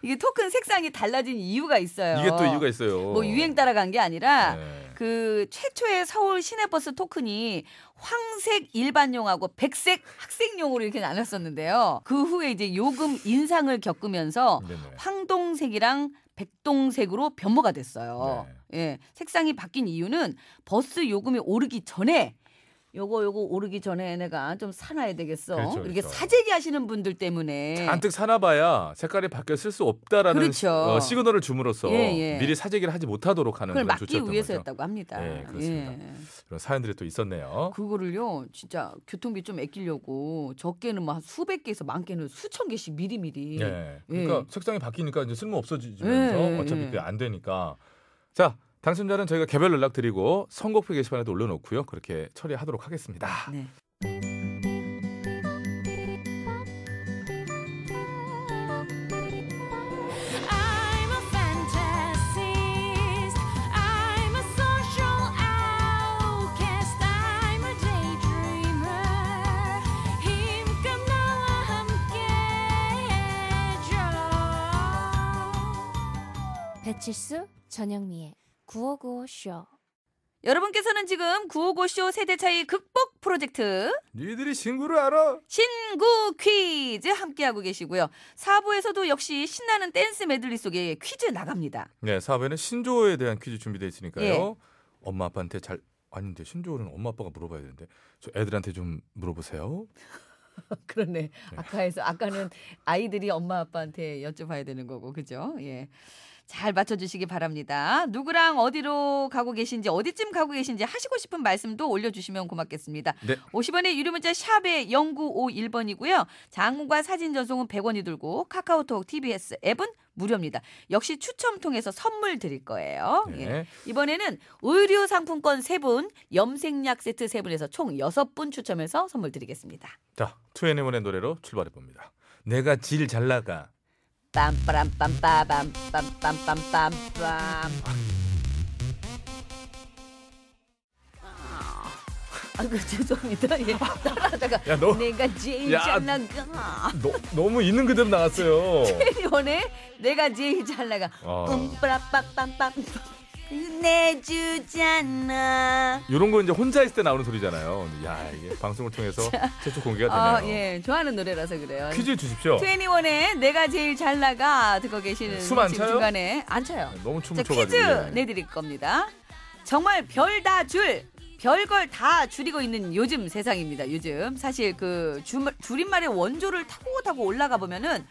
이게 토큰 색상이 달라진 이유가 있어요. 이게 또 이유가 있어요. 뭐 유행 따라간 게 아니라 예. 그 최초의 서울 시내버스 토큰이 황색 일반용하고 백색 학생용으로 이렇게 나눴었는데요. 그 후에 이제 요금 인상을 겪으면서 네네. 황동색이랑 백동색으로 변모가 됐어요. 네. 예. 색상이 바뀐 이유는 버스 요금이 오르기 전에 요거 요거 오르기 전에 내가 좀 사놔야 되겠어. 그렇죠, 이렇게 그렇죠. 사재기 하시는 분들 때문에 잔뜩 사나봐야 색깔이 바뀌어 쓸 수 없다라는 네. 그렇죠. 시- 어, 시그널을 줌으로써 예, 예. 미리 사재기를 하지 못하도록 하는 그걸 그런 막기 조치였던 거죠. 위해서였다고 합니다. 예, 그렇습니다. 예. 그런 사연들이 또 있었네요. 어? 그거를요 진짜 교통비 좀 아끼려고 적게는 막 수백 개에서 많게는 수천 개씩 미리미리 예. 예. 그러니까 색상이 바뀌니까 이제 쓸모 없어지면서 예, 예, 어차피 예. 그게 안 되니까. 자, 당첨자는 저희가 개별 연락 드리고 선곡표 게시판에도 올려놓고요. 그렇게 처리하도록 하겠습니다. 네. I'm a fantasist. I'm a social outcast. I'm a daydreamer. 힘껏 나와 함께 해줘. 배칠수 전영미의 9595쇼. 여러분께서는 지금 955쇼 세대차이 극복 프로젝트 니들이 친구를 알아? 신구 퀴즈 함께하고 계시고요 4부에서도 역시 신나는 댄스 메들리 속에 퀴즈 나갑니다 네, 사업에는 신조어에 대한 퀴즈 준비되어 있으니까요. 예. 엄마 아빠한테 잘 아닌데 신조어는 엄마 아빠가 물어봐야 되는데 저 애들한테 좀 물어보세요. 그러네 아까에서 아까는 아이들이 엄마 아빠한테 여쭤봐야 되는 거고 그죠 예. 예잘 맞춰주시기 바랍니다 누구랑 어디로 가고 계신지 어디쯤 가고 계신지 하시고 싶은 말씀도 올려주시면 고맙겠습니다 네. 50원의 유료 문자 샵에 0951번이고요. 장문과 사진 전송은 100원이 들고 카카오톡 TBS 앱은 무료입니다. 역시 추첨 통해서 선물 드릴 거예요. 네. 예. 이번에는 의류 상품권 3분, 염색약 세트 3분에서 총 6분 추첨해서 선물 드리겠습니다. 자, 투애니원의 노래로 출발해 봅니다. 내가 질 잘 나가. 빰빠람빰빠밤 빰빰빰빰빰 아이고 그 죄송합니다. 예. 따라하다가 야, 너 내가 제일 야. 잘 나가. 너, 너무 있는 그대로 나갔어요. 이번에 내가 제일 잘 나가. 음, 아. 뿜빠라빰빰빰 내주잖아. 이런 거 이제 혼자 있을 때 나오는 소리잖아요. 근데 야 이게 방송을 통해서 최초 공개가 아, 되네요. 예, 좋아하는 노래라서 그래요. 퀴즈 주십시오. 21의 내가 제일 잘 나가 듣고 계시는 숨안 지금 차요? 중간에 안 차요. 아, 너무 춤을 자, 퀴즈 춰가지고. 예. 내드릴 겁니다. 정말 별 다 줄, 별걸 다 줄이고 있는 요즘 세상입니다. 요즘 사실 그 주, 줄임말의 원조를 타고 타고 올라가 보면은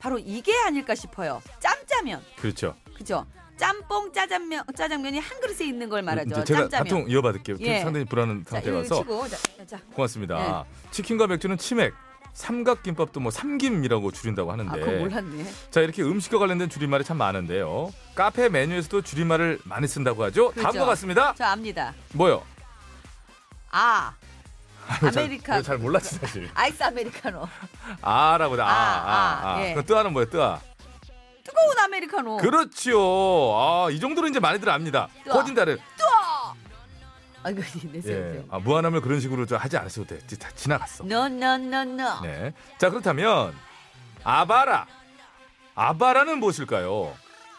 바로 이게 아닐까 싶어요. 짬짜면. 그렇죠. 그죠? 짬뽕 짜장면 짜장면이 한 그릇에 있는 걸 말하죠. 음, 이제 제가 짬짜면. 바통 이어받을게요. 예. 상당히 불안한 자, 이거 상태라서 치고 예. 자, 자, 자. 고맙습니다. 치킨과 맥주는 치맥, 삼각김밥도 뭐 삼김이라고 줄인다고 아, 하는데. 그거 몰랐네. 자 이렇게 음식과 관련된 줄임말이 참 많은데요. 카페 메뉴에서도 줄임말을 많이 쓴다고 하죠. 다음과 그렇죠. 같습니다. 저 압니다. 뭐요? 아, 이거 잘- 아메리카- 이거 잘 몰랐지 사실. 아이스 아메리카노. 아라고 다. 아, 아, 아, 아. 예. 그럼 뜨아는 뭐예요? 뜨아. 뜨거운 아메리카노. 그렇지요. 아, 이 정도로 이제 많이들 압니다. 어. 뜨아. 네, 꺼진다를. 아이고 내세요. 예. 아, 무한함을 그런 식으로 저 하지 않으셔도 돼. 지- 다 지나갔어. 노노노노. 네. 자, 그렇다면 아바라. 아바라는 무엇일까요?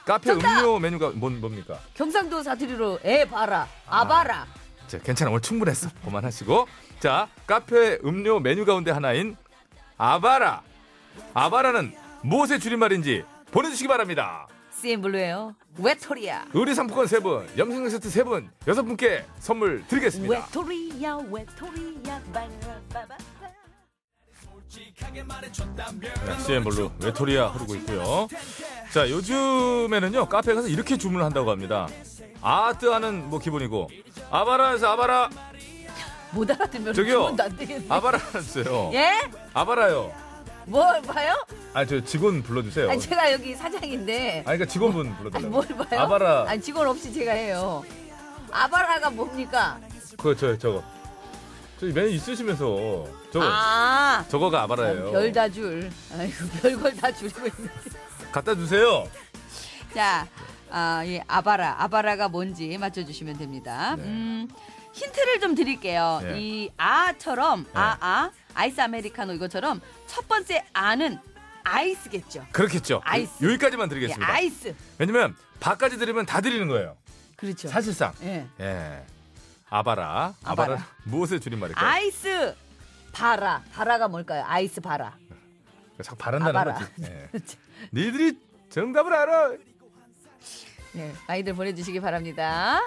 카페 정답! 음료 메뉴가 뭔 뭡니까? 경상도 사투리로 에 봐라 아바라. 자, 괜찮아. 오늘 충분했어. 그만하시고. 자, 카페 음료 메뉴 가운데 하나인 아바라. 아바라는 무엇의 줄임말인지 보내주시기 바랍니다. CM블루예요. 웨토리아. 의리 상품권 세분 염색약 세트 세분 여섯 분께 선물 드리겠습니다. 웨토리아 웨토리아 바라 바바. CM블루 외톨이야 흐르고 있고요. 자 요즘에는요 카페 가서 이렇게 주문을 한다고 합니다. 아뜨하는 뭐 기본이고 아바라에서 아바라 못 알아들면 저기요. 기분도 안 되겠네. 아바라였어요. 예? 아바라요. 뭘 봐요? 아 저 직원 불러주세요. 아니 아니 제가 여기 사장인데 그러니까 직원분 아니, 불러달라고. 뭘 봐요? 아바라 아니 직원 없이 제가 해요. 아바라가 뭡니까? 그거 저 저거 저기 메뉴 있으시면서 저거 아 저거가 어. 아바라예요. 별 다 줄. 아이고 별걸 다 줄고 있네. 갖다 주세요. 자, 아, 예, 아바라. 아바라가 뭔지 맞춰주시면 됩니다. 네. 음, 힌트를 좀 드릴게요. 네. 이 아처럼, 아아, 아이스 아메리카노 이거처럼 첫 번째 아는 아이스겠죠. 그렇겠죠. 아이스. 요- 여기까지만 예, 드리겠습니다. 아이스. 왜냐면 밥까지 드리면 다 드리는 거예요. 그렇죠. 사실상. 예. 예. 아바라. 아바라. 아바라. 무엇의 줄임말일까요? 아이스 바라. 바라가 뭘까요? 아이스 바라. 자꾸 바란다는 아바라. 거지. 예. 니들이 정답을 알아. 네, 아이들 보내주시기 바랍니다.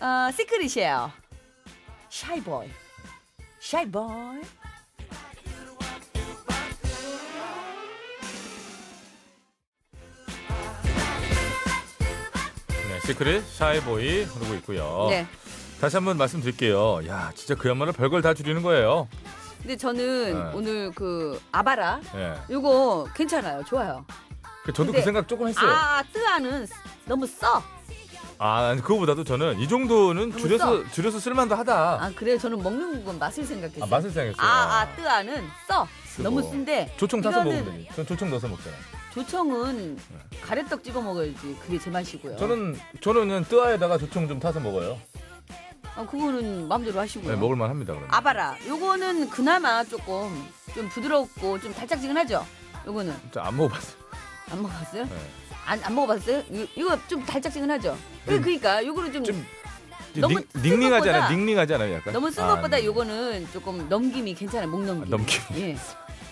어, 시크릿이에요. 샤이보이. 샤이보이. 네, 시크릿 샤이보이 흐르고 있고요. 네. 다시 한번 말씀드릴게요. 야, 진짜 그야말로 별걸 다 줄이는 거예요. 근데 저는 네. 오늘 그 아바라 예. 요거 괜찮아요. 좋아요. 그 저도 근데- 그 생각 조금 했어요. 아, 아, 뜨아는 너무 써. 아니, 그거보다도 저는 이 정도는 그거 줄여서 줄여서 쓸만도 하다. 아, 그래요. 저는 먹는 건 맛을 생각했어요. 아, 맛을 생각했어요. 아, 아, 뜨아는 써. 쓰고. 너무 쓴데 조청 타서 이거는- 먹으면 되지. 전 조청 넣어서 먹잖아요. 조청은 가래떡 찍어 먹어야지. 그게 제 맛이고요. 저는 저는 그냥 뜨아에다가 조청 좀 타서 먹어요. 아, 그거는 마음대로 하시고요. 네, 먹을만 합니다. 그러면. 아. 아바라. 요거는 그나마 조금 좀 부드럽고 좀 달짝지근하죠. 요거는 진짜 안 먹어봤어요. 안 먹어봤어요? 네. 안, 안 먹어봤어요? 요- 이거 좀 달짝지근하죠. 그- 그러니까 요거는 좀, 좀 너무 닝- 쓴 닝닝하지 것보다- 않아요? 닝닝하지 않아요? 약간 너무 쓴 아, 것보다 네. 요거는 조금 넘김이 괜찮아요. 목 넘김. 넘김. 예.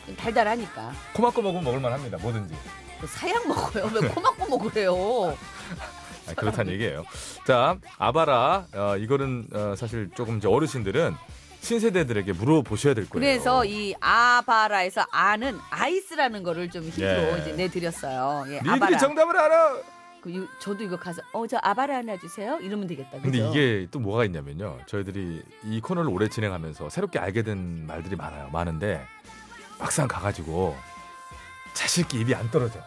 좀 달달하니까. 그 코막고 먹으면 먹을만합니다. 뭐든지 사양 먹어요. 네. 왜 코막고 먹으래요? 아, 그렇다는 얘기예요. 자 아바라 어, 이거는 어, 사실 조금 이제 어르신들은 신세대들에게 물어보셔야 될 거예요. 그래서 이 아바라에서 아는 아이스라는 거를 좀 힌트로 예. 이제 내드렸어요. 예, 니들이 아바라. 정답을 알아. 그 유- 저도 이거 가서 어 저 아바라 하나 주세요. 이러면 되겠다. 근데 그죠? 이게 또 뭐가 있냐면요. 저희들이 이 코너를 오래 진행하면서 새롭게 알게 된 말들이 많아요. 많은데 막상 가가지고 자식이 입이 안 떨어져.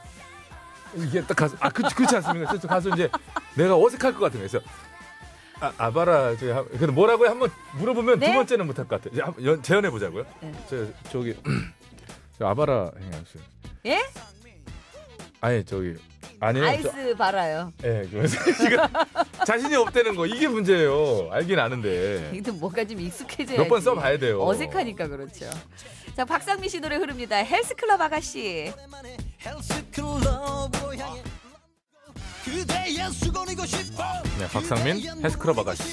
이게 딱 가서 아 그, 그렇지 않습니까? 그래서 가서 이제 내가 어색할 것 같은 거예요. 그래서 아, 아바라 저기 한- 그래도 뭐라고 한번 물어보면 두 네? 번째는 못할 것 같아요. 이제 한번 연- 재연해 보자고요. 네. 저 저기 저 아바라 행하세요. 예? 아니 저기 아니에요. 저- 아이스 바라요. 예, 그래서 지금 자신이 없다는 거 이게 문제예요. 알긴 아는데 이것도 뭔가 좀 익숙해져야지. 몇 번 써봐야 돼요. 어색하니까 그렇죠. 자 박상민 씨 노래 흐릅니다. 헬스클럽 아가씨. 네, 박상민 헬스클럽 아가씨.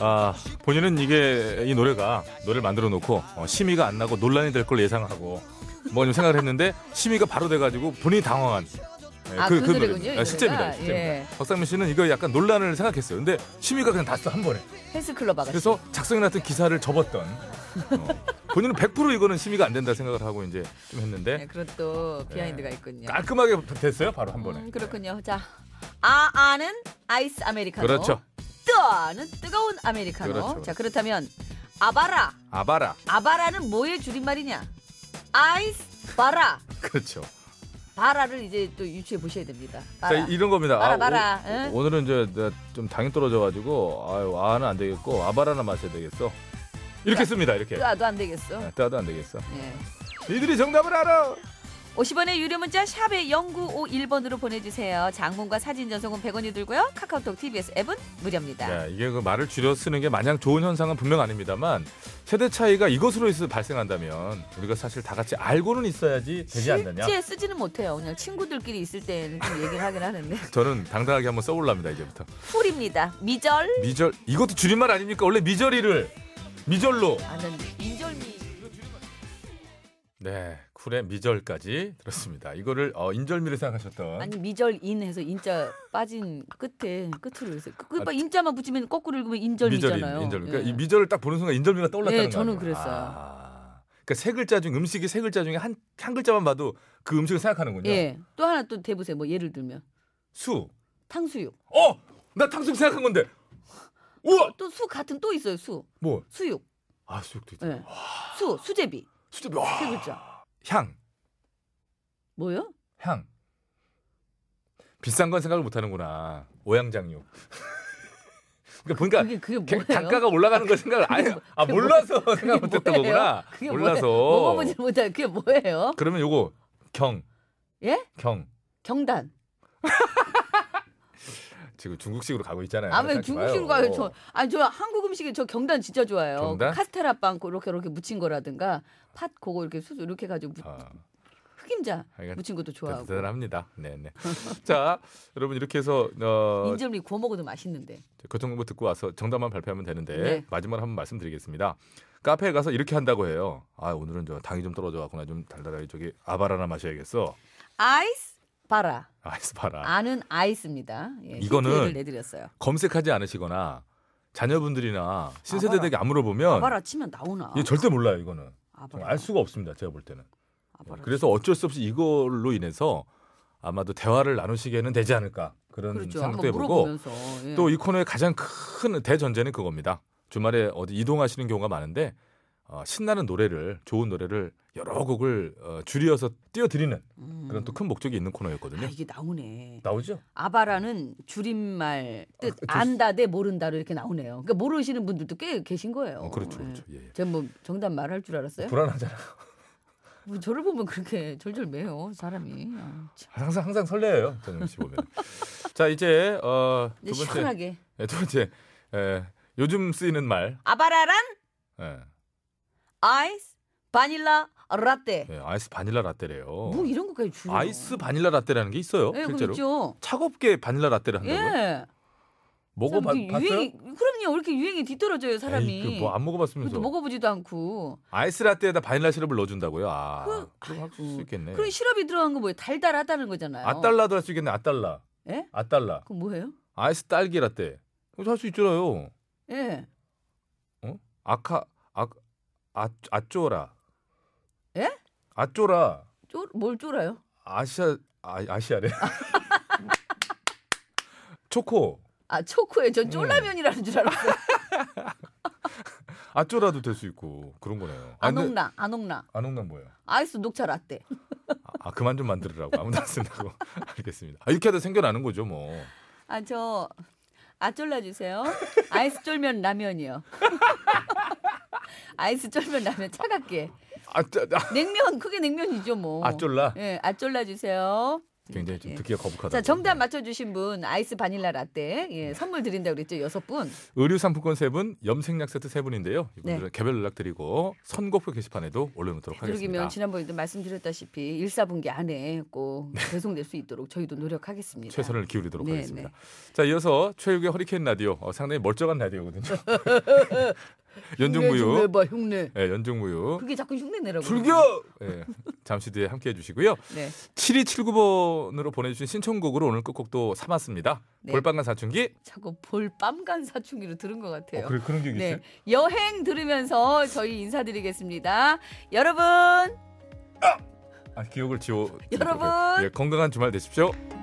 아 본인은 이게 이 노래가 노래를 만들어 놓고 어, 심의가 안 나고 논란이 될 걸 예상하고 뭐 좀 생각을 했는데 심의가 바로 돼가지고 본인이 당황한. 네, 아, 그 노래군요, 이 노래입니다. 노래가? 실제입니다. 실제입니다. 예. 박상민 씨는 이거 약간 논란을 생각했어요. 근데 심의가 그냥 다 써 한 번에. 헬스클럽 아가씨. 그래서 작성해놨던 기사를 접었던. 어, 본인은 100% 이거는 심의가 안 된다 생각을 하고 이제 좀 했는데 네, 그런 또 비하인드가 네. 있군요. 깔끔하게 됐어요 바로 한 번에. 예. 음, 그렇군요. 자, 아아는 아이스 아메리카노. 그렇죠. 뜨아는 뜨거운 아메리카노. 그렇죠. 자, 그렇다면 아바라. 아바라. 아바라는 뭐의 줄임말이냐? 아이스 바라. 그렇죠. 바라를 이제 또 유추해 보셔야 됩니다. 자 바라. 이- 이런 겁니다. 아, 바라, 바라, 응? 오, 늘은 이제 내가 좀 당이 떨어져가지고 아유 아는 안 되겠고 아바라나 마셔야 되겠어. 이렇게 씁니다 이렇게. 아. 뜨아도 안 되겠어. 네, 따도 안 되겠어. 예. 니들이 정답을 알아. 50원의 유료 문자 샵에 0951번으로 보내주세요. 장문과 사진 전송은 100원이 들고요. 카카오톡 TBS 앱은 무료입니다. 네, 이게 그 말을 줄여 쓰는 게 마냥 좋은 현상은 분명 아닙니다만 세대 차이가 이것으로 인해서 발생한다면 우리가 사실 다 같이 알고는 있어야지 되지 않느냐. 실제 쓰지는 못해요. 그냥 친구들끼리 있을 때는 좀 얘기를 하긴 하는데. 저는 당당하게 한번 써보랍니다 이제부터. 풀입니다. 미절. 미절 이것도 줄임말 아닙니까? 원래 미절이를 미절로. 아, 난 인절미. 네, 쿨의 미절까지 들었습니다. 이거를 어, 인절미를 생각하셨던 아니 미절인 해서 인자 빠진 끝에 끝으로 해서 그, 그, 아, 인자만 붙이면 거꾸로 읽으면 미절인 인절미잖아요. 인절. 그러니까 예. 이 미절을 딱 보는 순간 인절미가 떠올랐다는 네, 거 아니에요? 저는 그랬어요. 아, 그러니까 세 글자 중 음식이 세 글자 중에 한 한 글자만 봐도 그 음식을 생각하는군요. 예. 또 하나 또 대보세요. 뭐 예를 들면 수. 탕수육. 어! 나 탕수육 생각한 건데. 우와! 또 수 같은 또 있어요. 수. 뭐? 수육. 아, 수육도 있다. 예. 수 수제비. 수제비. 와. 세 글자. 향. 뭐요? 향. 비싼 건 생각을 못 하는구나. 오양장육. 그러니까 보니까 그게 그게 개- 뭐예요? 단가가 올라가는 걸 생각을 아예 아 그게 뭐- 몰라서 생각 그게 못했던 뭐예요? 거구나. 그게 몰라서. 뭐예요? 먹어보질 못해. 그게 뭐예요? 그러면 요거 경. 예? 경. 경단. 지금 중국식으로 가고 있잖아요. 아왜 네, 하지 중국식으로 마요. 가요? 저 아니 저 한국 음식에 저 경단 진짜 좋아해요. 경단? 그 카스테라 빵 그렇게 이렇게 무친 거라든가 팥 그거 이렇게 수수 이렇게 가지고 무, 아, 흑임자 하여간 무친 것도 좋아하고 대단합니다. 네, 네. 자, 여러분 이렇게 해서 어, 인절미 구워 먹어도 맛있는데. 교통정보 듣고 와서 정답만 발표하면 되는데 네. 마지막으로 한번 말씀드리겠습니다. 카페에 가서 이렇게 한다고 해요. 아 오늘은 저 당이 좀 떨어져 갖구나 좀 달달하게 저기 아바라나 마셔야겠어. 아이스 바라 아이스 바라. 아는 아이스입니다. 예, 이거는 힌트를 내드렸어요. 검색하지 않으시거나 자녀분들이나 신세대들에게 아바라. 안 물어보면 아바라 치면 나오나? 이게 절대 몰라요 이거는. 정말 아바라. 알 수가 없습니다. 제가 볼 때는. 예, 아바라. 그래서 어쩔 수 없이 이걸로 인해서 아마도 대화를 나누시게는 되지 않을까 그런 그렇죠. 생각도 한번 해보고 물어보면서 예. 또 이 코너의 가장 큰 대전제는 그겁니다. 주말에 어디 이동하시는 경우가 많은데 어, 신나는 노래를 좋은 노래를 여러 곡을 어, 줄이어서 띄워드리는 음. 그런 또 큰 목적이 있는 아, 코너였거든요. 이게 나오네. 나오죠? 아바라는 줄임말 예, 뜻 아, 저- 안다 대 모른다로 이렇게 나오네요. 그러니까 모르시는 분들도 꽤 계신 거예요. 어, 그렇죠, 그렇죠. 예, 예. 전뭐 정답 말할 줄 알았어요? 불안하잖아. 뭐 저를 보면 그렇게 절절 매요 사람이. 아, 참. 항상 항상 설레요. 저는 씨 보면. 자 이제 어, 이제 두 번째 시원하게 예, 두 번째 에, 요즘 쓰이는 말. 아바라란 예, 아이스 바닐라 라떼. 예, 아이스 바닐라 라떼래요. 뭐 이런 것까지 주요. 어. 아이스 바닐라 라떼라는 게 있어요. 예, 그럼 실제로 있죠. 차갑게 바닐라 라떼를 한다고요? 예. 참 이게 먹어봤어요? 유행이- 그럼요. 이렇게 유행이 뒤떨어져요 사람이. 그뭐 안 먹어봤으면서 그것도 먹어보지도 않고. 아이스 라떼에다 바닐라 시럽을 넣어준다고요? 아, 그- 그거 할수 아이고. 있겠네. 그런 시럽이 들어간 거 뭐예요? 달달하다는 거잖아요. 예. 아달라도 할 수 있겠네. 아달라, 예? 아달라, 그럼 뭐예요? 아이스 딸기 라떼. 그거 할수 있잖아요. 예. 아카, 아, 아, 아쪼라. 예? 아쪼라. 쫄, 뭘 쫄아요? 아시아, 아, 아시아래. 초코. 아 초코에 예. 전 쫄라면이라는 줄 알았어요. 아쪼라도 될 수 있고 그런 거네요. 아, 근데 안옥라, 안옥라, 안홍남 뭐예요? 아이스 녹차 라떼. 아, 그만 좀 만들으라고 아무도 안 쓴다고 알겠습니다. 아, 이렇게 하다 생겨나는 거죠 뭐. 아 저 아쫄라 주세요. 아이스 쫄면 라면이요. 아이스 쫄면 라면 차갑게. 아, 짜, 아, 냉면 그게 냉면이죠 뭐. 아 쫄라 예, 아쫄라 주세요. 굉장히 좀 예. 듣기가 거북하다. 자 정답 맞춰주신 분 아이스 바닐라 라떼 예, 선물 드린다고 그랬죠 여섯 분. 네. 의류 상품권 세 분, 염색약 세트 세 분인데요. 네. 이분들은 개별 연락 드리고 선곡표 게시판에도 올려놓도록 하겠습니다. 그러기면 지난번에도 말씀드렸다시피 일사분기 안에 꼭 배송될 수 있도록 저희도 노력하겠습니다. 네. 최선을 기울이도록 예. 네, 하겠습니다. 자 이어서 최욱의 허리케인 라디오 어, 상당히 멀쩡한 라디오거든요. 연중무휴, 흉내 좀 내봐, 흉내. 예, 연중무휴. 그게 자꾸 흉내 내라고. 예, 잠시 뒤에 함께해 주시고요. 네. 7279번으로 보내주신 신청곡으로 오늘 끝곡도 삼았습니다. 네. 볼빵간 사춘기. 어, 자꾸 볼밤간 사춘기로 들은 것 같아요. 그런 기억이 네. 여행 들으면서 저희 인사드리겠습니다. 여러분 아, 기억을 지워. 여러분! 예, 건강한 주말 되십시오.